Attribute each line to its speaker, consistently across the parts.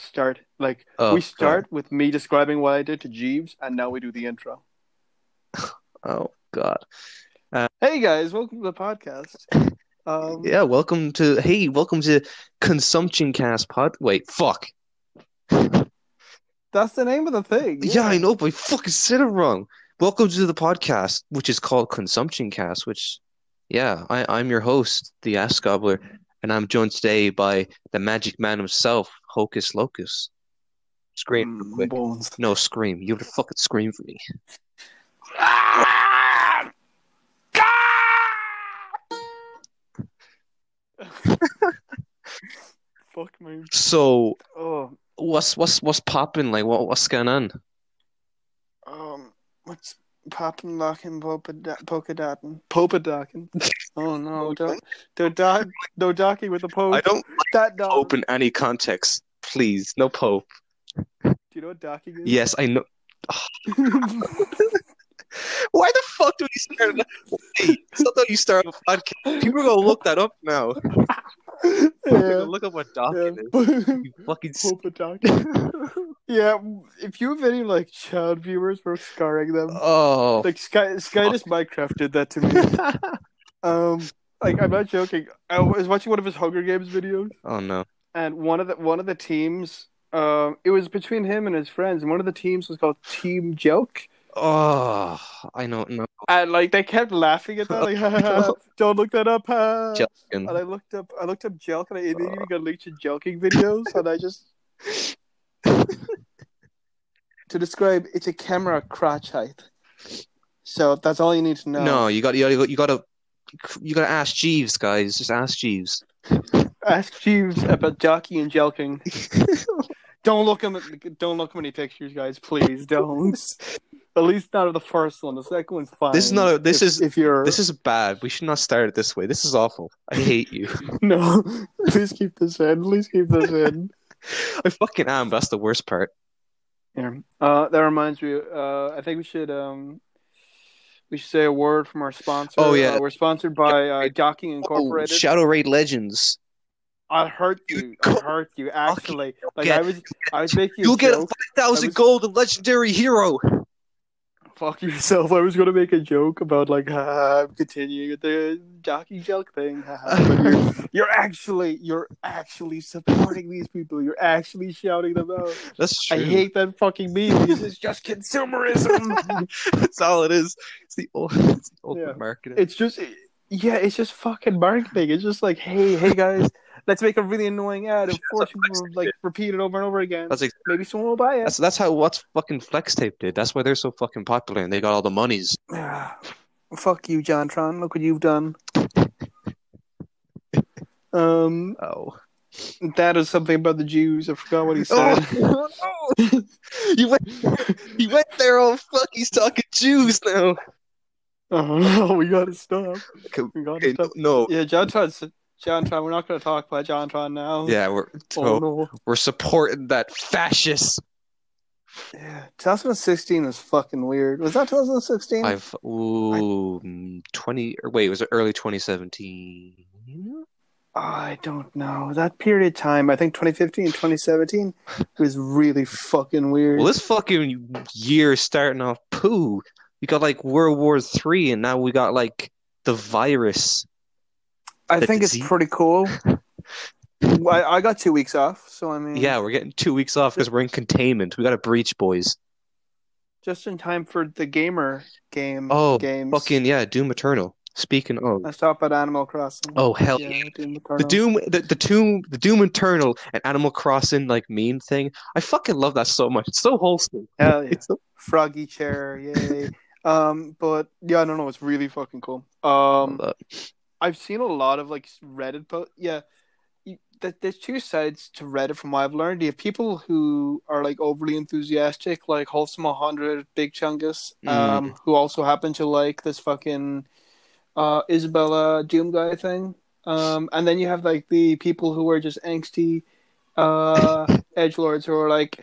Speaker 1: start. Like
Speaker 2: Oh,
Speaker 1: we start with me describing what I did to Jeeves, and now we do the intro.
Speaker 2: God. Oh God.
Speaker 1: Hey guys, welcome to the podcast. Um,
Speaker 2: Yeah. Welcome to. Hey, welcome to Consumption Cast Pod. Wait. Fuck. Yeah,
Speaker 1: that's the name of the thing.
Speaker 2: I know, but I fucking said it wrong. Welcome to the podcast, which is called Consumption Cast. Which, yeah, I, I'm your host, the Ass Gobbler, and I'm joined today by the Magic Man himself, Hocus Locus. Scream real
Speaker 1: Mm,
Speaker 2: quick.
Speaker 1: bones.
Speaker 2: No, scream. You have to fucking scream for me.
Speaker 1: Fuck me.
Speaker 2: So,
Speaker 1: Oh,
Speaker 2: what's what's what's popping? Like, what what's going on?
Speaker 1: um, what's poppin' lockin' polkadottin'? Polkadottin'. Oh no, don't, don't dock, don't docking with the pope.
Speaker 2: I don't
Speaker 1: that dog.
Speaker 2: open any context, please. No Pope.
Speaker 1: Do you know what docking is?
Speaker 2: Yes, I know. Why the fuck do we start? Hey, it's not that you start a podcast. People are gonna look that up now. People are
Speaker 1: yeah.
Speaker 2: gonna look up what document is.
Speaker 1: yeah.
Speaker 2: You fucking. s-
Speaker 1: Polkadottin. yeah, if you have any like child viewers, we're scarring them.
Speaker 2: Oh.
Speaker 1: Like Sky, Sky just Minecraft did that to me. Um, like I'm not joking. I was watching one of his Hunger Games videos,
Speaker 2: oh no.
Speaker 1: and one of the one of the teams, um, it was between him and his friends, and one of the teams was called Team Joke,
Speaker 2: Oh, I know. No.
Speaker 1: and like they kept laughing at that, like, ha, ha, ha, don't look that up. Ha.
Speaker 2: Joke.
Speaker 1: And I looked up, I looked up Jelk, and I immediately got linked to joking videos, and I just. to describe, it's a camera crotch height. So that's all you need to know.
Speaker 2: No, you got you got you got to you got to ask Jeeves, guys. Just ask Jeeves.
Speaker 1: Ask Jeeves about jockeying and jelking. Don't look him. Don't look him any pictures, guys. Please don't. At least not of the first one. The second one's fine.
Speaker 2: This is not a- this
Speaker 1: if,
Speaker 2: is-
Speaker 1: If you're
Speaker 2: This is bad. We should not start it this way. This is awful. I hate you.
Speaker 1: no. Please keep this in. Please keep this in.
Speaker 2: I fucking am. That's the worst part.
Speaker 1: Here. Uh, that reminds me. Uh, I think we should um, we should say a word from our sponsor.
Speaker 2: Oh, yeah.
Speaker 1: Uh, we're sponsored by uh, Docking Incorporated.
Speaker 2: Oh, Shadow Raid Legends.
Speaker 1: I hurt you. I hurt you. Actually, like I was, I was making.
Speaker 2: You'll
Speaker 1: a
Speaker 2: get
Speaker 1: joke.
Speaker 2: a five thousand
Speaker 1: I was-
Speaker 2: gold of legendary hero.
Speaker 1: fuck yourself. I was gonna make a joke about like "Ah, I'm continuing with the jockey joke thing, haha." but you're, you're actually you're actually supporting these people. You're actually shouting them out.
Speaker 2: That's true.
Speaker 1: I hate that fucking meme because it's just consumerism.
Speaker 2: That's all it is. It's the old, it's the old
Speaker 1: Yeah.
Speaker 2: marketing.
Speaker 1: it's just yeah, it's just fucking marketing. It's just like hey hey guys. Let's make a really annoying ad and force people to like repeat it over and over again.
Speaker 2: That's like
Speaker 1: Maybe someone will buy it.
Speaker 2: that's that's how what's fucking Flex Tape did. That's why they're so fucking popular and they got all the monies.
Speaker 1: Ah, Fuck you, Jontron. Look what you've done. Um,
Speaker 2: Oh,
Speaker 1: That is something about the Jews. I forgot what he said.
Speaker 2: you went you went there. Oh fuck, he's talking Jews now.
Speaker 1: Oh no, we gotta stop.
Speaker 2: Okay,
Speaker 1: We gotta
Speaker 2: Okay,
Speaker 1: stop.
Speaker 2: no,
Speaker 1: Yeah, Jontron's Jontron. We're not gonna talk about Jontron now.
Speaker 2: yeah, we're
Speaker 1: Oh
Speaker 2: oh,
Speaker 1: no.
Speaker 2: we're supporting that fascist.
Speaker 1: Yeah, 2016 is fucking weird. Was that 2016?
Speaker 2: I've ooh mm, twenty or wait, was it early twenty seventeen?
Speaker 1: I don't know. That period of time, I think 2015 and 2017, was really fucking weird.
Speaker 2: Well, this fucking year is starting off poo. We got like World War Three, and now we got like the virus.
Speaker 1: I
Speaker 2: the
Speaker 1: think
Speaker 2: disease-
Speaker 1: it's pretty cool. I, I got two weeks off, so I mean,
Speaker 2: Yeah, we're getting two weeks off because we're in containment. We got a breach, boys.
Speaker 1: just in time for the gamer game.
Speaker 2: Oh,
Speaker 1: games.
Speaker 2: Fucking yeah, Doom Eternal. Speaking of,
Speaker 1: Let's talk about Animal Crossing.
Speaker 2: oh hell
Speaker 1: Uh,
Speaker 2: yeah.
Speaker 1: yeah, Doom
Speaker 2: The
Speaker 1: Eternal.
Speaker 2: Doom, the, the Doom, the Doom Eternal and Animal Crossing like meme thing. I fucking love that so much. It's so wholesome.
Speaker 1: Hell yeah.
Speaker 2: It's so-
Speaker 1: Froggy chair, yay. um, but yeah, I don't know. It's really fucking cool. Um, I've seen a lot of like Reddit posts. Yeah, you- th- there's two sides to Reddit from what I've learned. You have people who are like overly enthusiastic, like Wholesome 100, Big Chungus, um, who also happen to like this fucking uh, Isabella Doom guy thing. Um, and then you have like the people who are just angsty uh, edge lords who are like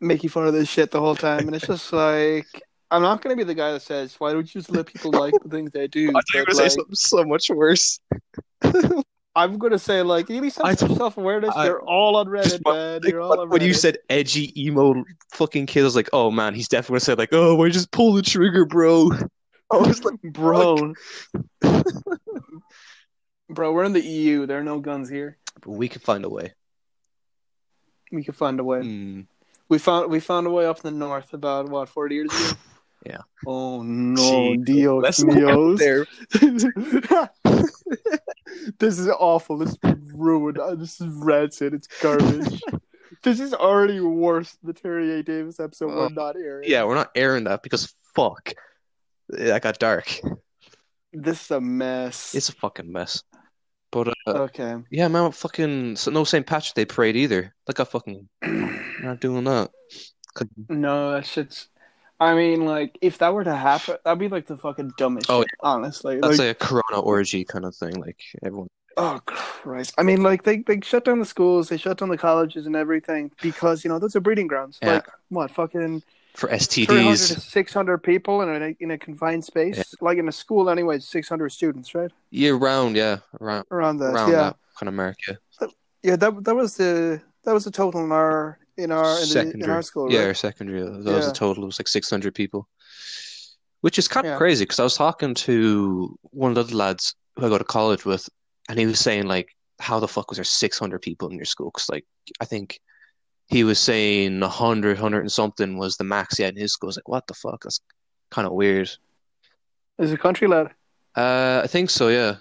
Speaker 1: making fun of this shit the whole time, and it's just like. I'm not gonna be the guy that says, "Why don't you just let people Um, like the things they do?"
Speaker 2: I thought you were
Speaker 1: But,
Speaker 2: gonna say
Speaker 1: like-
Speaker 2: something so much worse.
Speaker 1: I'm gonna say like you need some
Speaker 2: I-
Speaker 1: self awareness.
Speaker 2: I-
Speaker 1: You're all on Reddit,
Speaker 2: But,
Speaker 1: man.
Speaker 2: like,
Speaker 1: You're all
Speaker 2: what-
Speaker 1: on
Speaker 2: when you
Speaker 1: Reddit.
Speaker 2: said edgy emo fucking kid, I was like, oh man, he's definitely gonna say like, oh, we just pull the trigger, bro. I was like,
Speaker 1: bro, bro, we're in the EU. There are no guns here.
Speaker 2: but we can find a way.
Speaker 1: We can find a way.
Speaker 2: Mm.
Speaker 1: We found we found a way up in the north about what forty years ago.
Speaker 2: Yeah.
Speaker 1: Oh no,
Speaker 2: Gee,
Speaker 1: Dios
Speaker 2: let's not
Speaker 1: míos.
Speaker 2: There,
Speaker 1: this is awful. This is ruined. Uh, This is rancid. It's garbage. this is already worse than the Terry A. Davis episode.
Speaker 2: Oh,
Speaker 1: We're not airing.
Speaker 2: yeah, we're not airing that because fuck, that got dark.
Speaker 1: This is a mess.
Speaker 2: It's a fucking mess. But uh,
Speaker 1: okay.
Speaker 2: yeah, man, fucking so no St. Patrick Day parade either. Like I fucking not doing that.
Speaker 1: No, that shit's. I mean, like, if that were to happen, that'd be like the fucking dumbest.
Speaker 2: Oh,
Speaker 1: shit, honestly,
Speaker 2: That's
Speaker 1: like,
Speaker 2: like a Corona orgy kind of thing. Like everyone.
Speaker 1: oh Christ! I mean, like, they they shut down the schools, they shut down the colleges and everything because you know those are breeding grounds.
Speaker 2: Yeah.
Speaker 1: Like, what fucking
Speaker 2: for
Speaker 1: 300
Speaker 2: STDs.
Speaker 1: to 600 people in a, in a confined space,
Speaker 2: Yeah.
Speaker 1: like in a school anyway, it's 600 students, right?
Speaker 2: Year round, yeah, around
Speaker 1: Around that,
Speaker 2: around
Speaker 1: yeah,
Speaker 2: that kind of market.
Speaker 1: yeah. That that was the that was the total in our in our in, the, in
Speaker 2: Secondary.
Speaker 1: our school,
Speaker 2: Yeah,
Speaker 1: right?
Speaker 2: or secondary. That was
Speaker 1: Yeah.
Speaker 2: a total. It was like six hundred people, which is kind of
Speaker 1: Yeah.
Speaker 2: crazy because I was talking to one of the other lads who I go to college with, and he was saying like, "How the fuck was there six hundred people in your school?" Because like I think he was saying 100, 100 and something was the max he had in his school. I was like, "What the fuck? That's kind of weird."
Speaker 1: Is a country lad?
Speaker 2: Uh, I think so. Yeah.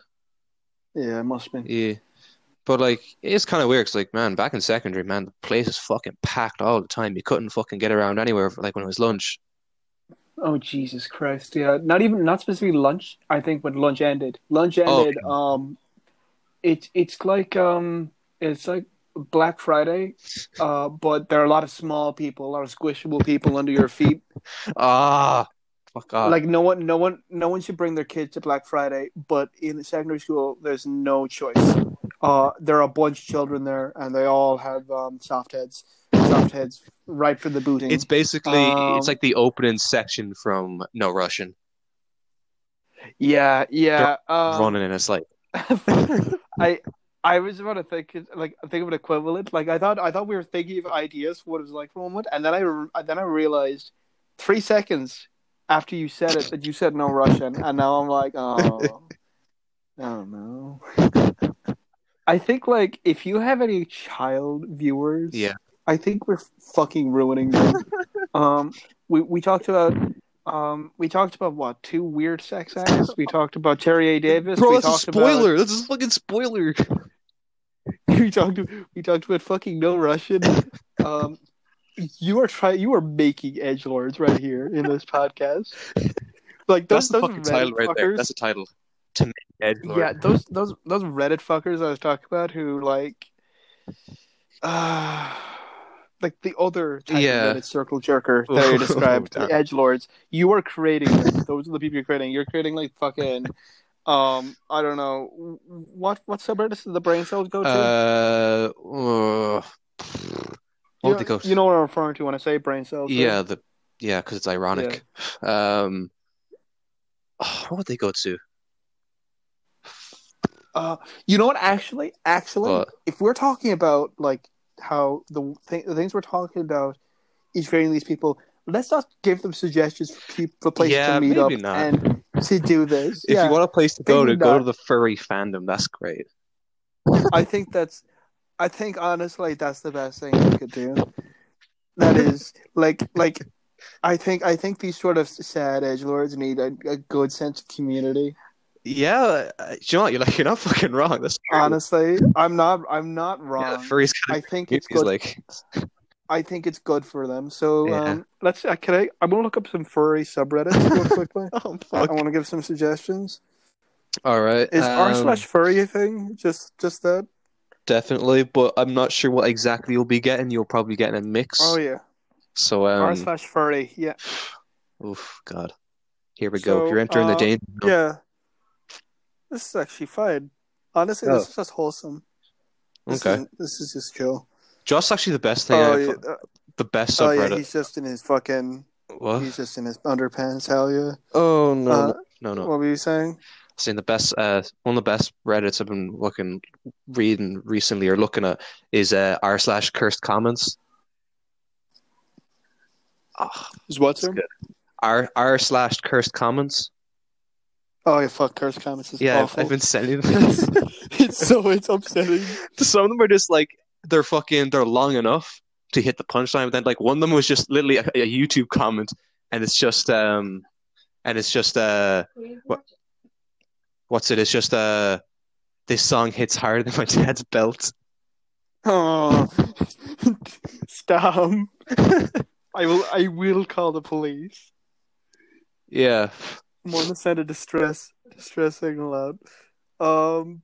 Speaker 1: Yeah, it must be.
Speaker 2: Yeah. But like it's kind of weird 'cause like man, back in secondary, man, the place is fucking packed all the time. You couldn't fucking get around anywhere for, like when it was lunch.
Speaker 1: Oh Jesus Christ! Yeah, not even not specifically lunch. I think when lunch ended, lunch
Speaker 2: Oh,
Speaker 1: ended. Um, it's it's like um, it's like Black Friday, uh, but there are a lot of small people, a lot of squishable people under your feet.
Speaker 2: Ah, fuck off.
Speaker 1: like no one no one no one should bring their kids to black friday but in secondary school there's no choice uh there are a bunch of children there and they all have um soft heads soft heads right for the booting
Speaker 2: it's basically
Speaker 1: Um,
Speaker 2: it's like the opening section from No Russian
Speaker 1: yeah yeah um,
Speaker 2: running, and it's like
Speaker 1: i i was about to think like think of an equivalent like i thought i thought we were thinking of ideas for what it was like for one moment and then i re- then i realized three seconds after you said it that you said no russian and now i'm like oh I don't know. I think like if you have any child viewers,
Speaker 2: Yeah.
Speaker 1: I think we're fucking ruining them. um, we we talked about um we talked about what two weird sex acts. We talked about Terry A. Davis.
Speaker 2: bro,
Speaker 1: we
Speaker 2: that's a
Speaker 1: talked
Speaker 2: spoiler. That's a fucking spoiler.
Speaker 1: About, we talked we talked about fucking no Russian. Um, you are trying. You are making edge lords right here in this podcast. Like
Speaker 2: That's
Speaker 1: those
Speaker 2: the
Speaker 1: those
Speaker 2: fucking
Speaker 1: Reddit
Speaker 2: title right there.
Speaker 1: fuckers-
Speaker 2: That's the title. To me, Ed Lord.
Speaker 1: Yeah, those those those Reddit fuckers I was talking about who like, uh, like the other type
Speaker 2: Yeah. Oh,
Speaker 1: of Reddit circle jerker that you described,
Speaker 2: Damn.
Speaker 1: the edge lords. You are creating them. those are the people you're creating. You're creating like fucking, um, I don't know what what subreddits do the brain cells go to.
Speaker 2: Uh, oh,
Speaker 1: you,
Speaker 2: what
Speaker 1: know,
Speaker 2: they go?
Speaker 1: you know what I'm referring to when I say brain cells. right?
Speaker 2: Yeah, the yeah, because it's ironic. Um, oh, what would they go to?
Speaker 1: Uh, you know what? Actually, actually,
Speaker 2: What?
Speaker 1: if we're talking about like how the, th- the things we're talking about is creating these people, let's not give them suggestions for, peop for places
Speaker 2: Yeah,
Speaker 1: to meet up
Speaker 2: maybe not.
Speaker 1: and to do this.
Speaker 2: If
Speaker 1: yeah,
Speaker 2: you want a place to go to,
Speaker 1: maybe
Speaker 2: go
Speaker 1: not.
Speaker 2: to the furry fandom. That's great.
Speaker 1: I think that's. I think honestly, that's the best thing you could do. That is like like. I think I think these sort of sad edge lords need a, a good sense of community.
Speaker 2: Yeah, uh, do you know what? You're like you're not fucking wrong. That's true.
Speaker 1: Ah, Honestly, I'm not I'm not
Speaker 2: Yeah,
Speaker 1: wrong.
Speaker 2: furries kind
Speaker 1: I
Speaker 2: of
Speaker 1: think it's
Speaker 2: it's
Speaker 1: good
Speaker 2: like
Speaker 1: I think it's good for them. So
Speaker 2: Yeah.
Speaker 1: um, let's. Uh, can I? I'm gonna look up some furry subreddits real quickly.
Speaker 2: oh
Speaker 1: I,
Speaker 2: fuck.
Speaker 1: want to give some suggestions.
Speaker 2: All right,
Speaker 1: Is r
Speaker 2: um,
Speaker 1: slash furry a thing? Just just that?
Speaker 2: definitely, but I'm not sure what exactly you'll be getting. You'll probably get in a mix.
Speaker 1: Oh yeah,
Speaker 2: So um,
Speaker 1: r slash furry. Yeah,
Speaker 2: oof, God, here we
Speaker 1: So,
Speaker 2: go. You're entering the
Speaker 1: uh,
Speaker 2: danger. zone.
Speaker 1: yeah. This is actually fine. Honestly,
Speaker 2: Oh.
Speaker 1: this is just wholesome. This
Speaker 2: Okay,
Speaker 1: isn't- this is just chill.
Speaker 2: Josh's actually the best thing.
Speaker 1: oh
Speaker 2: I-
Speaker 1: yeah,
Speaker 2: The best
Speaker 1: oh yeah.
Speaker 2: subreddit.
Speaker 1: He's just in his fucking.
Speaker 2: what?
Speaker 1: He's just in his underpants. Hell yeah.
Speaker 2: Oh no,
Speaker 1: Uh,
Speaker 2: no, no.
Speaker 1: What were you saying?
Speaker 2: saying the best uh one of the best Reddits I've been looking reading recently or looking at is uh r slash cursed comments. Ah,
Speaker 1: Is what,
Speaker 2: that's
Speaker 1: sir?
Speaker 2: good. R r slash cursed comments.
Speaker 1: Oh, yeah, fuck, curse comments is
Speaker 2: Yeah, I've,
Speaker 1: awful.
Speaker 2: I've been sending
Speaker 1: it's, it's so it's upsetting.
Speaker 2: some of them are just like they're fucking they're long enough to hit the punchline but then like one of them was just literally a, a youtube comment and it's just um and it's just uh what, what's it it's just uh this song hits harder than my dad's belt
Speaker 1: Oh, stop! I will. I will call the police.
Speaker 2: yeah
Speaker 1: I'm gonna send a distress distress signal out. Um,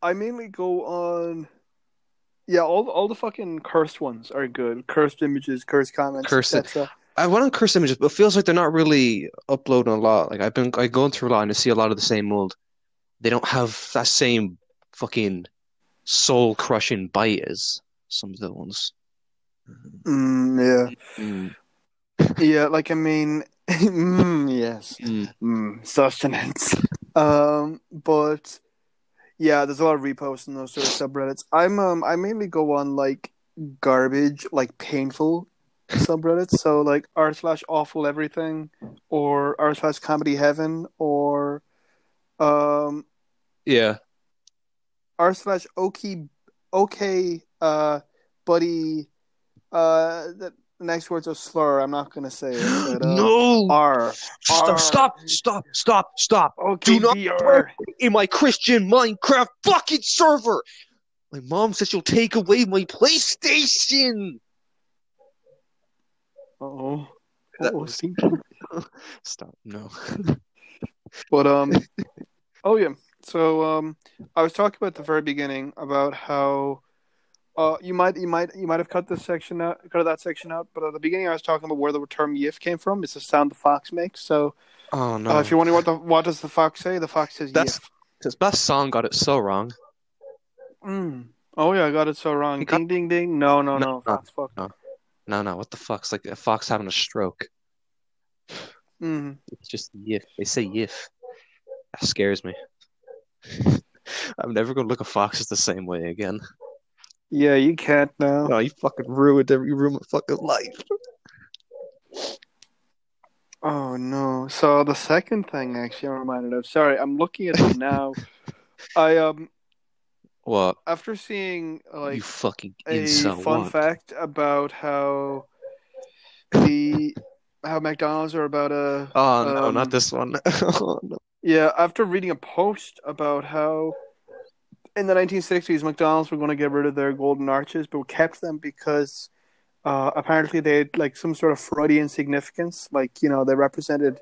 Speaker 1: I mainly go on. Yeah, all all the fucking cursed ones are good. Cursed images, cursed comments,
Speaker 2: Cursed-
Speaker 1: etc.
Speaker 2: i went on curse images but it feels like they're not really uploading a lot like i've been i go through a lot and i see a lot of the same old they don't have that same fucking soul crushing bite as some of the ones
Speaker 1: Mm, yeah, yeah. Like I mean, mm, yes. mm, sustenance. um, but yeah, there's a lot of reposts in those sort of subreddits. I'm um, I mainly go on like garbage, like painful subreddits. So like r slash awful everything, or r slash comedy heaven, or um
Speaker 2: yeah
Speaker 1: r slash okay okay uh buddy uh the next word's a slur. I'm not gonna say it. But, uh,
Speaker 2: no!
Speaker 1: R
Speaker 2: Stop,
Speaker 1: R.
Speaker 2: stop! Stop! Stop! Stop!
Speaker 1: okay
Speaker 2: Do not
Speaker 1: BR.
Speaker 2: swear. In my Christian Minecraft fucking server, my mom says she'll take away my PlayStation.
Speaker 1: Oh,
Speaker 2: That
Speaker 1: that
Speaker 2: was-
Speaker 1: was thinking.
Speaker 2: Stop! No.
Speaker 1: But um, oh yeah. So um, I was talking about the very beginning about how uh you might you might you might have cut this section out cut that section out, but at the beginning I was talking about where the term "yiff" came from. It's the sound the fox makes. So
Speaker 2: Oh
Speaker 1: uh,
Speaker 2: no!
Speaker 1: if you're wondering what the what does the fox say, the fox says
Speaker 2: That's-
Speaker 1: "yiff."
Speaker 2: This that song got it so wrong.
Speaker 1: Mm. Oh yeah, I got it so wrong.
Speaker 2: You got-
Speaker 1: Ding ding ding. No no
Speaker 2: No,
Speaker 1: no.
Speaker 2: no.
Speaker 1: Fox fuck.
Speaker 2: No, no. What the fuck's like a fox having a stroke?
Speaker 1: Mm.
Speaker 2: It's just yiff. They say yiff. That scares me. I'm never gonna look at foxes the same way again.
Speaker 1: Yeah, you can't now.
Speaker 2: No, Oh, you fucking ruined every room of fucking life.
Speaker 1: Oh no. So the second thing actually I'm reminded of. Sorry, I'm looking at it now. I um
Speaker 2: What?
Speaker 1: after seeing like
Speaker 2: you fucking
Speaker 1: a
Speaker 2: insult.
Speaker 1: fun
Speaker 2: what?
Speaker 1: fact about how the how McDonald's are about a
Speaker 2: Oh no, not
Speaker 1: Um,
Speaker 2: this one. oh, no.
Speaker 1: yeah after reading a post about how in the 1960s McDonald's were going to get rid of their golden arches but kept them because uh, apparently they had like some sort of Freudian significance like you know they represented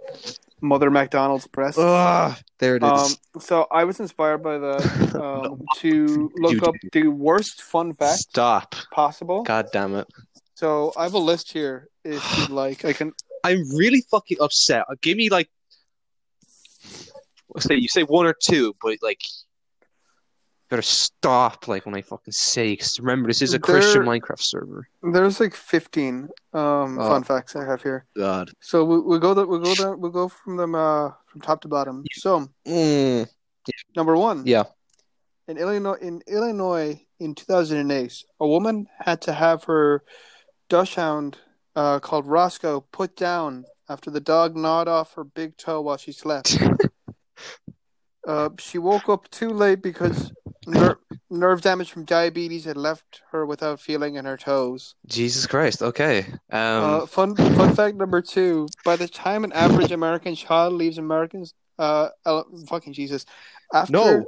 Speaker 1: Mother McDonald's breasts.
Speaker 2: Ah, there it
Speaker 1: Um,
Speaker 2: is.
Speaker 1: so I was inspired by that um,
Speaker 2: No.
Speaker 1: to
Speaker 2: You
Speaker 1: look up the worst fun fact
Speaker 2: Stop.
Speaker 1: possible.
Speaker 2: God damn it.
Speaker 1: So I have a list here if you'd like. I can
Speaker 2: I'm really fucking upset. Uh, Give me like say you say one or two, but like better stop like when I fucking say 'cause remember this is a Christian
Speaker 1: There-
Speaker 2: Minecraft server.
Speaker 1: there's like fifteen um
Speaker 2: Oh.
Speaker 1: fun facts I have here.
Speaker 2: God.
Speaker 1: So we we'll go that we'll go down we'll go from them uh from top to bottom. So
Speaker 2: Mm,
Speaker 1: number one.
Speaker 2: yeah.
Speaker 1: In Illinois in Illinois in two thousand and eight, a woman had to have her dachshund uh called Roscoe put down after the dog gnawed off her big toe while she slept. Uh, she woke up too late because ner- nerve damage from diabetes had left her without feeling in her toes.
Speaker 2: Jesus Christ. Okay. Um
Speaker 1: uh, fun fun fact number two: By the time an average American child leaves Americans, uh, ele- fucking Jesus, after
Speaker 2: No.
Speaker 1: a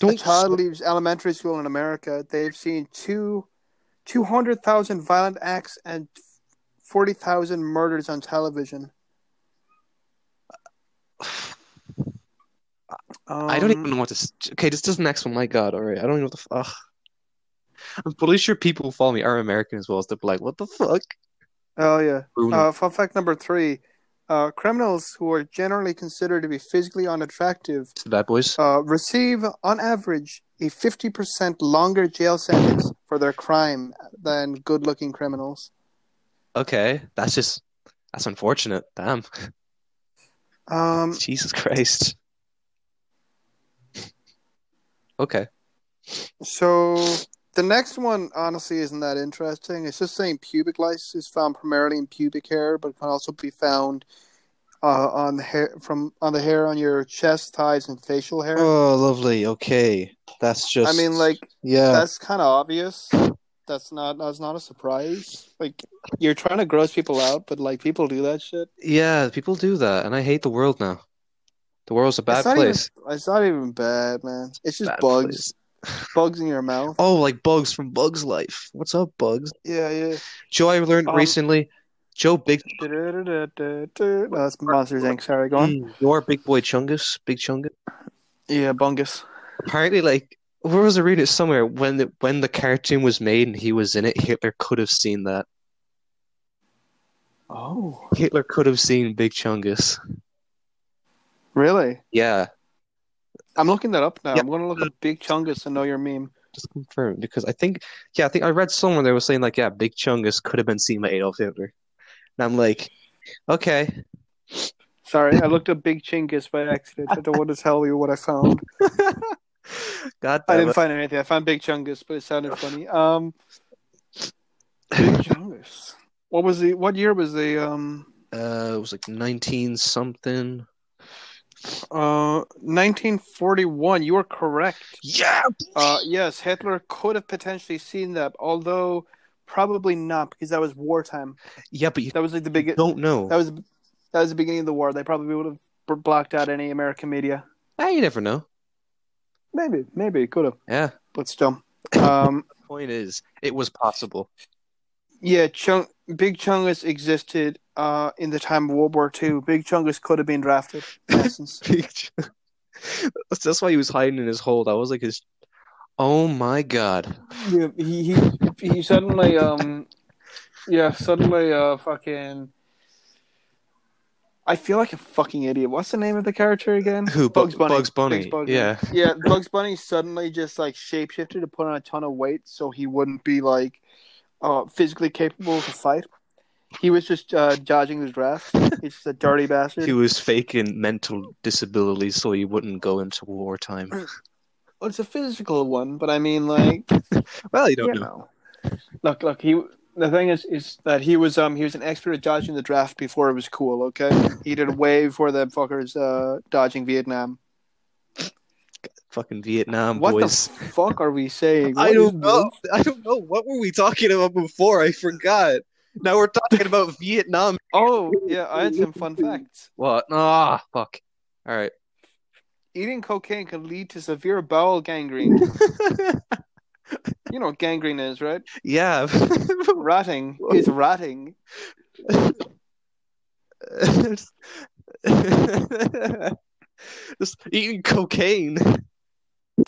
Speaker 2: don't
Speaker 1: child leaves elementary school in America, they've seen two, two hundred thousand violent acts and forty thousand murders on television.
Speaker 2: I don't even
Speaker 1: Um,
Speaker 2: know what this. Okay, this does next one. My God, all right. I don't even know what the. f- Ugh. I'm pretty sure people who follow me are American as well. So they're like, "What the fuck?"
Speaker 1: Oh yeah.
Speaker 2: Bruno.
Speaker 1: Uh, fun fact number three: uh, criminals who are generally considered to be physically unattractive
Speaker 2: It's the bad boys.
Speaker 1: uh, receive, on average, a fifty percent longer jail sentence for their crime than good-looking criminals.
Speaker 2: Okay, that's just that's unfortunate. Damn,
Speaker 1: Um,
Speaker 2: Jesus Christ. Okay.
Speaker 1: So the next one honestly isn't that interesting. It's just saying pubic lice is found primarily in pubic hair, but can also be found uh, on the hair from on the hair on your chest, thighs, and facial hair.
Speaker 2: Oh, lovely. Okay, that's just.
Speaker 1: I mean, like
Speaker 2: yeah,
Speaker 1: that's kind of obvious. That's not that's not a surprise. Like you're trying to gross people out, but like people do that shit.
Speaker 2: yeah. People do that, and I hate the world now. The world's a bad
Speaker 1: it's not
Speaker 2: place.
Speaker 1: Even, it's not even bad, man. It's just
Speaker 2: Bad
Speaker 1: bugs,
Speaker 2: place.
Speaker 1: bugs in your mouth.
Speaker 2: Oh, like bugs from Bugs Life. What's up, Bugs?
Speaker 1: Yeah, yeah.
Speaker 2: Joe, I learned
Speaker 1: Um,
Speaker 2: recently. Joe, big
Speaker 1: No, that's Monsters Inc. Sorry, go on.
Speaker 2: your big boy Chungus, big Chungus.
Speaker 1: Yeah, bungus.
Speaker 2: apparently like where was I reading it somewhere when the when the cartoon was made and he was in it, Hitler could have seen that.
Speaker 1: Oh,
Speaker 2: Hitler could have seen Big Chungus.
Speaker 1: really?
Speaker 2: Yeah,
Speaker 1: I'm looking that up now.
Speaker 2: Yeah.
Speaker 1: I'm gonna look up Big Chungus and know your meme.
Speaker 2: just confirm because I think yeah, I think I read somewhere they were saying like yeah, Big Chungus could have been seen by Adolf Hitler. And I'm like, okay.
Speaker 1: Sorry, I looked up Big Chingus by accident. I don't want to tell you what I found.
Speaker 2: God
Speaker 1: I
Speaker 2: damn
Speaker 1: didn't
Speaker 2: it.
Speaker 1: find anything. I found Big Chungus, but it sounded funny. Um, Big Chungus. What was the? What year was the? Um,
Speaker 2: Uh, it was like 19 something.
Speaker 1: uh, 1941. You are correct.
Speaker 2: Yeah.
Speaker 1: Uh, yes, Hitler could have potentially seen that, although probably not because that was wartime.
Speaker 2: Yeah, but you
Speaker 1: That was like the big. That
Speaker 2: don't know.
Speaker 1: was that was the beginning of the war. They probably would have b- blocked out any American media.
Speaker 2: Ah, you never know.
Speaker 1: Maybe, maybe it could have,
Speaker 2: Yeah.
Speaker 1: but still. Um,
Speaker 2: Point is, it was possible.
Speaker 1: yeah, Chung- Big Chungus existed uh, in the time of World War II. Big Chungus could have been drafted. In essence.
Speaker 2: picture. That's- That's why he was hiding in his hole. That was like his. Oh my god!
Speaker 1: Yeah, he, he he suddenly um yeah suddenly uh fucking. I feel like a fucking idiot. What's the name of the character again?
Speaker 2: Who Bu-
Speaker 1: Bugs Bunny.
Speaker 2: Bugs Bunny. Yeah.
Speaker 1: yeah. Bugs Bunny suddenly just like shapeshifted to put on a ton of weight so he wouldn't be like uh, physically capable to fight. He was just uh, dodging the draft. He's just a dirty bastard.
Speaker 2: He was faking mental disabilities so he wouldn't go into wartime.
Speaker 1: Well, it's a physical one, but I mean, like,
Speaker 2: Well, you don't
Speaker 1: you
Speaker 2: know.
Speaker 1: know. Look, look. He the thing is, is that he was um he was an expert at dodging the draft before it was cool. Okay, he did it way before them fuckers uh dodging Vietnam.
Speaker 2: Fucking Vietnam
Speaker 1: what
Speaker 2: boys.
Speaker 1: the fuck are we saying?
Speaker 2: I
Speaker 1: What
Speaker 2: don't
Speaker 1: is
Speaker 2: know. I don't know. What were we talking about before? I forgot. Now we're talking about Vietnam.
Speaker 1: this? Oh yeah, I had some fun facts.
Speaker 2: What? Ah, fuck. All right.
Speaker 1: Eating cocaine can lead to severe bowel gangrene. You know what gangrene is, right?
Speaker 2: yeah.
Speaker 1: Rotting is rotting.
Speaker 2: Just eating cocaine.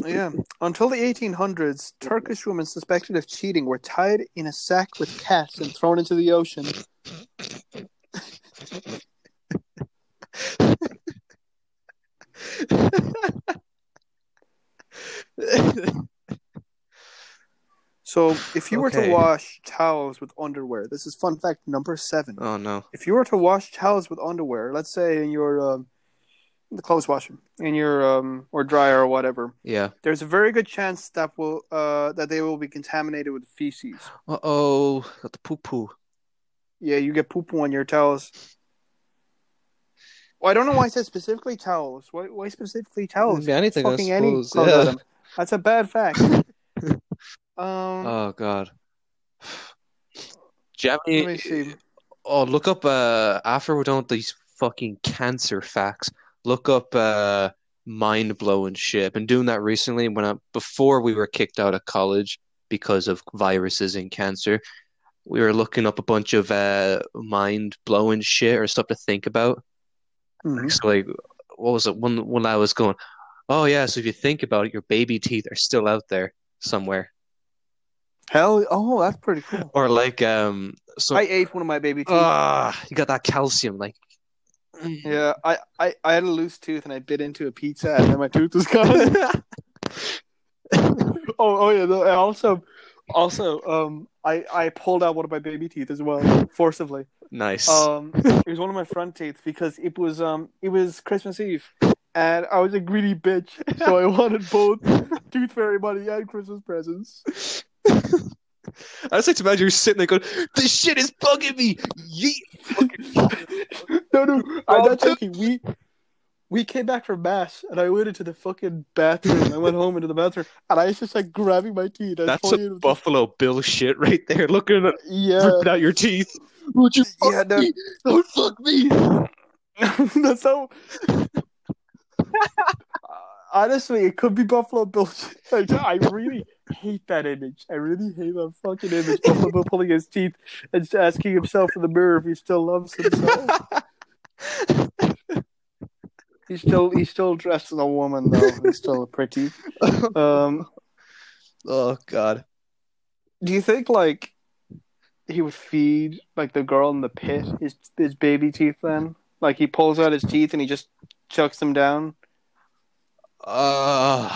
Speaker 1: Yeah. Until the 1800s, Turkish women suspected of cheating were tied in a sack with cats and thrown into the ocean. So, if you were
Speaker 2: Okay.
Speaker 1: to wash towels with underwear, this is fun fact number seven.
Speaker 2: oh no.
Speaker 1: If you were to wash towels with underwear, let's say in your um, the clothes washer, in your um, or dryer or whatever,
Speaker 2: Yeah.
Speaker 1: there's a very good chance that will uh, that they will be contaminated with feces.
Speaker 2: Uh oh. Got the poo poo.
Speaker 1: Yeah, you get poo poo on your towels. Well, I don't know why I said specifically towels. Why, why specifically towels?
Speaker 2: Be anything, I
Speaker 1: Fucking any
Speaker 2: suppose,
Speaker 1: clothes
Speaker 2: yeah.
Speaker 1: item. That's a bad fact. um,
Speaker 2: Oh god. Do you have
Speaker 1: let me
Speaker 2: any-
Speaker 1: see.
Speaker 2: Oh, look up uh after we're done with these fucking cancer facts, look up uh mind blowing shit. I've been doing that recently when I before we were kicked out of college because of viruses and cancer. We were looking up a bunch of uh mind blowing shit or stuff to think about.
Speaker 1: Mhm.
Speaker 2: So like what was it? One one I was going, Oh yeah, so if you think about it, your baby teeth are still out there somewhere.
Speaker 1: Hell, oh, that's pretty cool.
Speaker 2: Or like um so
Speaker 1: I ate one of my baby teeth.
Speaker 2: ah you got that calcium like
Speaker 1: yeah, I, I, I had a loose tooth and I bit into a pizza and then my tooth was gone. oh, oh yeah. no, and also, also, um, I, I pulled out one of my baby teeth as well, forcibly.
Speaker 2: Nice.
Speaker 1: Um, it was one of my front teeth because it was um it was Christmas Eve, and I was a greedy bitch, so I wanted both tooth fairy money and Christmas presents.
Speaker 2: I just like to imagine you're sitting there going, "This shit is bugging me." Yeet.
Speaker 1: no, no, I'm not joking. We we came back from mass, and I went into the fucking bathroom. I went home into the bathroom, and I was just like grabbing my teeth. I was
Speaker 2: That's
Speaker 1: pulling it
Speaker 2: some
Speaker 1: with-
Speaker 2: Buffalo Bill shit right there. Looking at
Speaker 1: yeah.
Speaker 2: ripping out your teeth. Would you fuck
Speaker 1: Yeah, no.
Speaker 2: me? Don't fuck me.
Speaker 1: That's how. Honestly, it could be Buffalo Bill. Like, I really hate that image. I really hate that fucking image. Buffalo Bill pulling his teeth and just asking himself in the mirror if he still loves himself. He's still he's still dressed as a woman though. He's still pretty. Um,
Speaker 2: oh God.
Speaker 1: do you think like he would feed like the girl in the pit his his baby teeth? Then like he pulls out his teeth and he just chucks them down.
Speaker 2: Uh,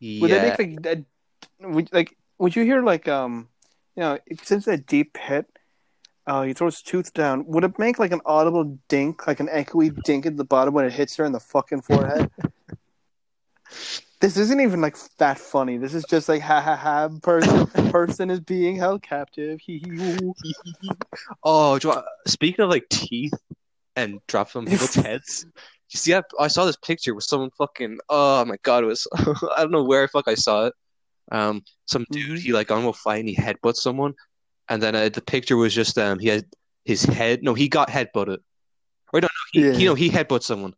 Speaker 2: yeah.
Speaker 1: Would that make like a, would like would you hear like um you know it- since that deep pit, uh he throws his tooth down. Would it make like an audible dink, like an echoey dink at the bottom when it hits her in the fucking forehead? this isn't even like that funny. This is just like ha ha ha. Person person is being held captive. Hee hee hoo.
Speaker 2: Oh, do you want- speaking of like teeth and dropping on people's heads, you see, I, I saw this picture with someone fucking. Oh my god, it was I don't know where fuck I saw it. Um, some dude he like on a fight and he headbutts someone, and then uh, the picture was just um he had his head. No, he got headbutted. Right? No, no, he,
Speaker 1: Yeah.
Speaker 2: you know he headbutts someone,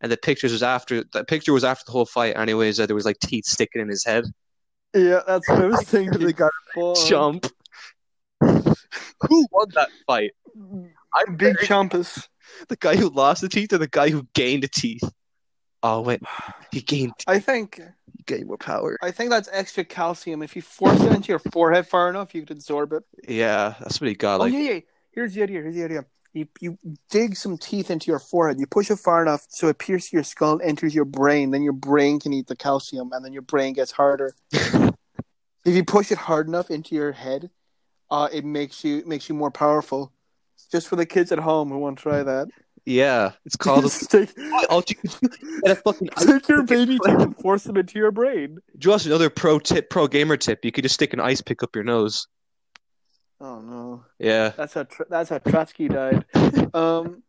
Speaker 2: and the pictures was after that picture was after the whole fight. Anyways, uh, there was like teeth sticking in his head.
Speaker 1: Yeah, that's what I was thinking.
Speaker 2: They got
Speaker 1: Fuck.
Speaker 2: Chump. Who won that fight? I'm
Speaker 1: Big chumpus.
Speaker 2: the guy who lost the teeth or the guy who gained a teeth? Oh wait, he gained
Speaker 1: I think
Speaker 2: he gained more power.
Speaker 1: I think that's extra calcium. If you force it into your forehead far enough, you could absorb it.
Speaker 2: Yeah, that's what he got. Like
Speaker 1: oh yeah, yeah. Here's the idea. Here's the idea. You you dig some teeth into your forehead. You push it far enough so it pierces your skull, and enters your brain. Then your brain can eat the calcium, and then your brain gets harder. if you push it hard enough into your head, uh, it makes you it makes you more powerful. It's just for the kids at home who want to try that.
Speaker 2: yeah, it's called.
Speaker 1: Just take,
Speaker 2: oh, do you, and a fucking,
Speaker 1: take your baby teeth and force them into your brain.
Speaker 2: do you want another pro tip, pro gamer tip? You could just stick an ice pick up your nose.
Speaker 1: Oh no.
Speaker 2: Yeah,
Speaker 1: That's how Tr- that's how Trotsky died. Um,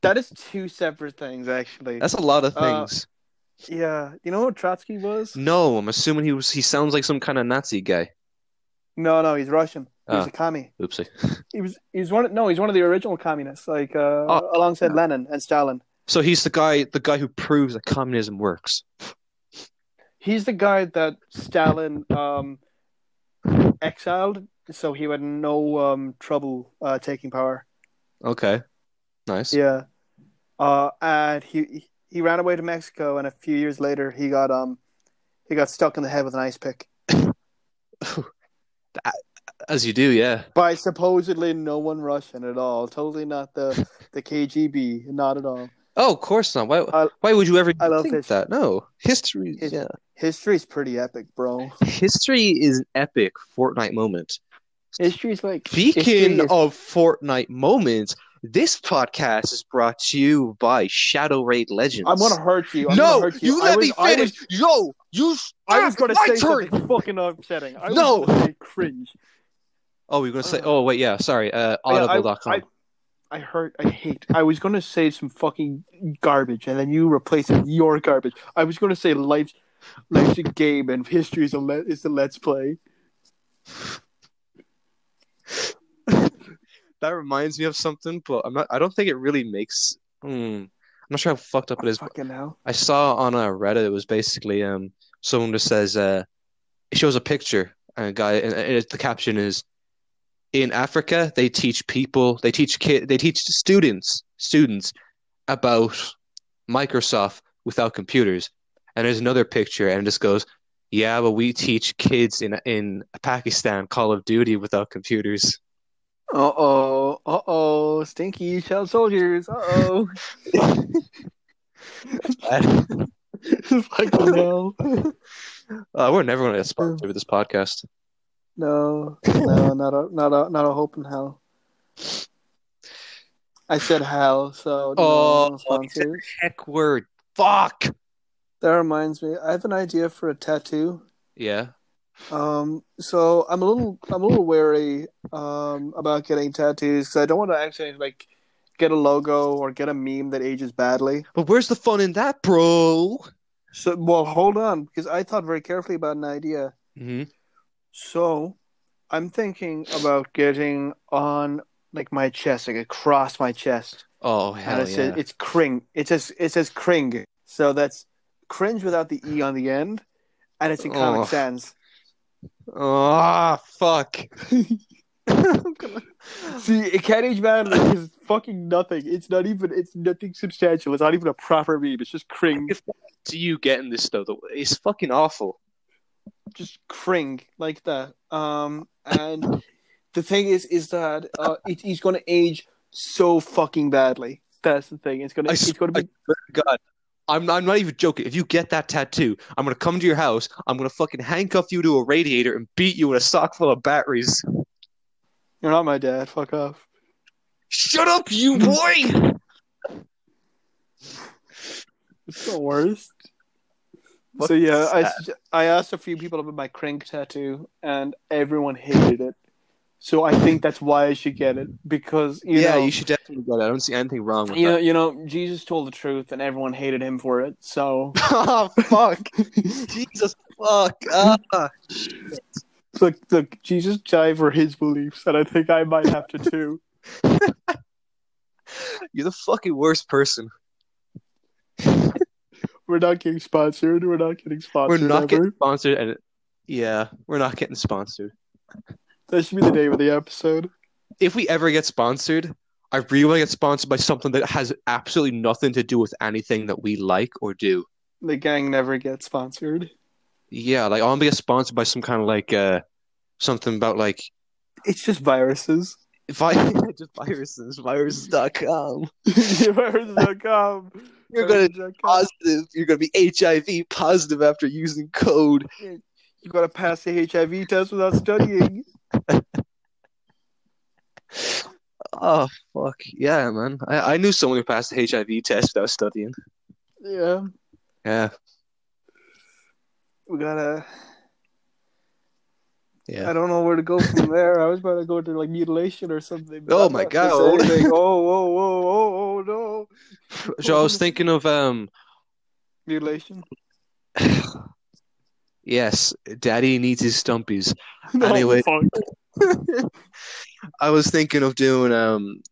Speaker 1: that is two separate things, actually.
Speaker 2: that's a lot of
Speaker 1: Uh,
Speaker 2: things.
Speaker 1: Yeah, you know what Trotsky was?
Speaker 2: no, I'm assuming he was. He sounds like some kind of Nazi guy.
Speaker 1: No, no, he's Russian. He was
Speaker 2: Ah.
Speaker 1: a commie.
Speaker 2: Oopsie.
Speaker 1: He was he was one. Of, no, he's one of the original communists, like uh,
Speaker 2: Oh.
Speaker 1: alongside Lenin and Stalin.
Speaker 2: So he's the guy, the guy who proves that communism works.
Speaker 1: He's the guy that Stalin um, exiled, so he had no um, trouble uh, taking power.
Speaker 2: Okay, nice.
Speaker 1: Yeah, uh, and he he ran away to Mexico, and a few years later, he got um he got stuck in the head with an ice pick
Speaker 2: As you do, yeah.
Speaker 1: by supposedly no one Russian at all. Totally not the the KGB, not at all.
Speaker 2: Oh, of course not. Why?
Speaker 1: I-
Speaker 2: why would you ever
Speaker 1: I love
Speaker 2: think
Speaker 1: history.
Speaker 2: that? No, history.
Speaker 1: His-
Speaker 2: yeah,
Speaker 1: History's pretty epic, bro.
Speaker 2: history is an epic Fortnite moment.
Speaker 1: History's like
Speaker 2: Speaking
Speaker 1: history is-
Speaker 2: of Fortnite moments, this podcast is brought to you by Shadow Raid Legends.
Speaker 1: I'm gonna hurt you. I'm
Speaker 2: no,
Speaker 1: gonna hurt you. I
Speaker 2: let
Speaker 1: was-
Speaker 2: me
Speaker 1: I
Speaker 2: finish.
Speaker 1: was,
Speaker 2: Yo, you.
Speaker 1: I was gonna
Speaker 2: my
Speaker 1: say
Speaker 2: turn.
Speaker 1: something fucking upsetting. I was
Speaker 2: No.
Speaker 1: gonna say cringe.
Speaker 2: Oh, you're gonna say. Oh, wait. Yeah. Sorry. Uh,
Speaker 1: Oh, Yeah, I-
Speaker 2: Audible.com.
Speaker 1: I- I hurt. I hate. I was gonna say some fucking garbage, and then you replaced it with your garbage. I was gonna say life's life's a game, and history is a le- is the let's play.
Speaker 2: that reminds me of something, but I'm not. I don't think it really makes. Hmm. I'm not sure how fucked up it is. but
Speaker 1: fucking hell.
Speaker 2: I saw on a Reddit it was basically um someone just says uh it shows a picture and a guy and, and it, the caption is in Africa they teach people they teach kid they teach students students about Microsoft without computers and there's another picture and it just goes yeah but we teach kids in in Pakistan Call of Duty without computers
Speaker 1: Uh oh. Uh oh. Stinky child soldiers. Uh oh.
Speaker 2: uh,
Speaker 1: fucking hell.
Speaker 2: we're never going to get sponsored with this podcast
Speaker 1: No, no, not a, not a, not a hope in hell. I said hell, so no
Speaker 2: Oh,
Speaker 1: sponsors.
Speaker 2: heck word fuck
Speaker 1: That reminds me, I have an idea for a tattoo.
Speaker 2: Yeah.
Speaker 1: Um, so I'm a little, I'm a little wary um about getting tattoos because I don't want to actually like get a logo or get a meme that ages badly.
Speaker 2: But where's the fun in that, bro?
Speaker 1: So, well, hold on, because I thought very carefully about an idea.
Speaker 2: hmm
Speaker 1: So, I'm thinking about getting on like my chest, like across my chest,
Speaker 2: Oh
Speaker 1: and
Speaker 2: hell
Speaker 1: it
Speaker 2: yeah.
Speaker 1: says it's cring. It says it says cring. So that's cringe without the e on the end, and it's in Comic
Speaker 2: Oh.
Speaker 1: Sans.
Speaker 2: Ah, fuck. I'm gonna-
Speaker 1: See, it can't age badly because it's fucking nothing. It's not even. It's nothing substantial. It's not even a proper meme. It's just cring.
Speaker 2: Do you getting this though? though? It's fucking awful.
Speaker 1: just cring like that. Um, and the thing is, is that uh, it, it's going to age so fucking badly. That's the thing. It's going to.
Speaker 2: I
Speaker 1: It's going to be.
Speaker 2: swear to God, I'm I'm not even joking. If you get that tattoo, I'm gonna come to your house. I'm gonna fucking handcuff you to a radiator and beat you with a sock full of batteries.
Speaker 1: You're not my dad. Fuck off.
Speaker 2: Shut up, you boy.
Speaker 1: It's the worst.
Speaker 2: What's
Speaker 1: so yeah, I,
Speaker 2: that?
Speaker 1: sugge- I asked a few people about my cring tattoo, and everyone hated it. So I think that's why I should get it because you
Speaker 2: yeah,
Speaker 1: know,
Speaker 2: you should definitely go. That. I don't see anything wrong with
Speaker 1: you know,
Speaker 2: that.
Speaker 1: you know, Jesus told the truth, and everyone hated him for it. So
Speaker 2: oh fuck, Jesus fuck. Ah.
Speaker 1: look, look, Jesus died for his beliefs, and I think I might have to too.
Speaker 2: You're the fucking worst person.
Speaker 1: We're not getting sponsored. We're not getting
Speaker 2: We're
Speaker 1: sponsored.
Speaker 2: not
Speaker 1: ever.
Speaker 2: getting sponsored, and it- yeah, we're not getting sponsored.
Speaker 1: That should be the name of the episode.
Speaker 2: If we ever get sponsored, I really want to get sponsored by something that has absolutely nothing to do with anything that we like or do.
Speaker 1: The gang never gets sponsored.
Speaker 2: Yeah, like I want to get sponsored by some kind of like uh something about like
Speaker 1: It's just viruses.
Speaker 2: vi- just viruses, viruses.com.
Speaker 1: viruses.com.
Speaker 2: You're gonna be
Speaker 1: Viruses.com.
Speaker 2: positive. You're gonna be HIV positive after using code.
Speaker 1: You gotta pass the HIV test without studying.
Speaker 2: Oh fuck yeah, man! I, I knew someone who passed the HIV test without studying.
Speaker 1: Yeah,
Speaker 2: Yeah,
Speaker 1: we gotta.
Speaker 2: yeah.
Speaker 1: I don't know where to go from there. I was about to go to like mutilation or something. but
Speaker 2: Oh
Speaker 1: I'm
Speaker 2: my
Speaker 1: not gonna
Speaker 2: God.
Speaker 1: say anything. Oh, whoa, whoa, whoa, oh, no!
Speaker 2: So I was thinking of um
Speaker 1: Mutilation.
Speaker 2: yes, Daddy needs his stumpies.
Speaker 1: No,
Speaker 2: Anyway.
Speaker 1: fuck.
Speaker 2: I was thinking of doing um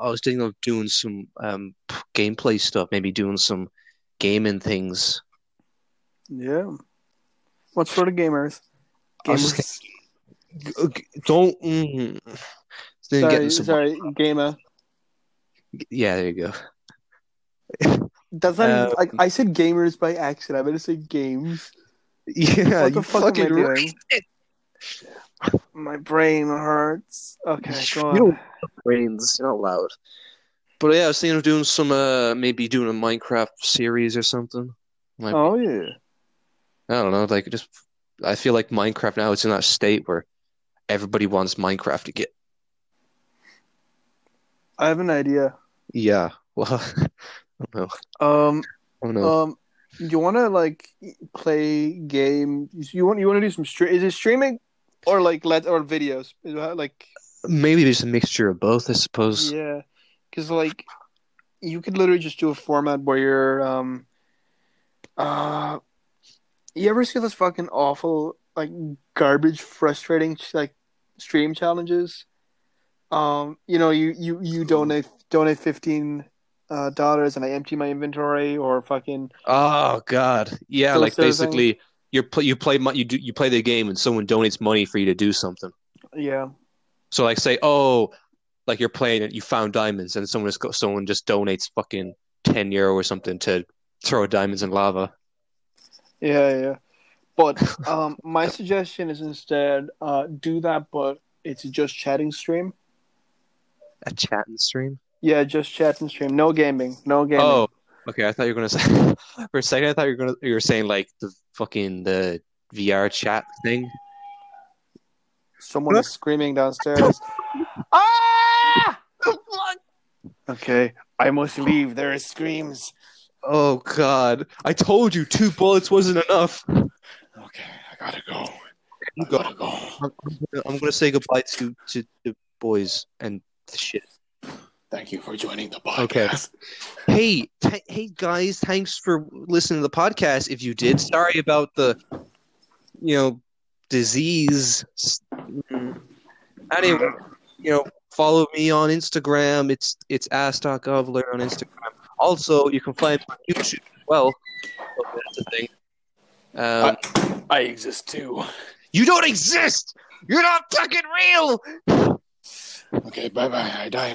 Speaker 2: I was thinking of doing some um gameplay stuff, maybe doing some gaming things.
Speaker 1: Yeah. What sort of gamers?
Speaker 2: I was
Speaker 1: Gamers.
Speaker 2: G- g- Don't mm, then
Speaker 1: Sorry,
Speaker 2: getting some
Speaker 1: sorry, gamer.
Speaker 2: yeah, there you go.
Speaker 1: That's not even,
Speaker 2: Um,
Speaker 1: like I said gamers by accident. I meant to say games.
Speaker 2: Yeah,
Speaker 1: What the
Speaker 2: you
Speaker 1: fuck am I
Speaker 2: fucking
Speaker 1: doing? My brain hurts. Okay, go
Speaker 2: You
Speaker 1: on.
Speaker 2: brains, you're not loud. But yeah, I was thinking of doing some uh maybe doing a Minecraft series or something. Like
Speaker 1: Oh yeah.
Speaker 2: I don't know, like just I feel like Minecraft now it's in that state where everybody wants Minecraft to get.
Speaker 1: I have an idea.
Speaker 2: Yeah. Well, I don't know.
Speaker 1: Um
Speaker 2: I don't know.
Speaker 1: um you wanna like play game you want you wanna do some stream is it streaming or like let or videos? Is that, like
Speaker 2: Maybe there's a mixture of both, I suppose.
Speaker 1: Yeah, because like you could literally just do a format where you're um uh you ever see those fucking awful like garbage frustrating like stream challenges um you know you you you donate donate 15 uh dollars and i empty my inventory or fucking
Speaker 2: Oh God. Yeah,
Speaker 1: Those
Speaker 2: like
Speaker 1: sort of
Speaker 2: basically you're pl- you play mon- you do you play the game and someone donates money for you to do something.
Speaker 1: yeah
Speaker 2: So like say, oh, like you're playing it, you found diamonds and someone just go- someone just donates fucking 10 euro or something to throw diamonds in lava.
Speaker 1: yeah yeah but um my suggestion is instead uh do that but it's just chatting stream
Speaker 2: A chat and stream.
Speaker 1: yeah just chat and stream no gaming no gaming
Speaker 2: Oh, okay. I thought you were gonna say for a second. I thought you were gonna you were saying like the fucking the VR chat thing.
Speaker 1: Someone is screaming downstairs. ah! Okay, I must leave. There are screams.
Speaker 2: Oh God! I told you two bullets wasn't enough.
Speaker 1: Okay, I gotta go.
Speaker 2: You
Speaker 1: I
Speaker 2: go.
Speaker 1: gotta go.
Speaker 2: I'm, I'm gonna, I'm gonna say goodbye to to the boys and shit.
Speaker 1: Thank you for joining the
Speaker 2: Okay.
Speaker 1: podcast.
Speaker 2: Hey, th- hey guys! Thanks for listening to the podcast. If you did, sorry about the, you know, disease. Anyway, you know, follow me on Instagram. It's it's ass.gobbler on Instagram. Also, you can find me on YouTube as well. So that's a thing. Um,
Speaker 1: I exist too.
Speaker 2: you don't exist. You're not fucking real.
Speaker 1: Okay, bye bye. I die now.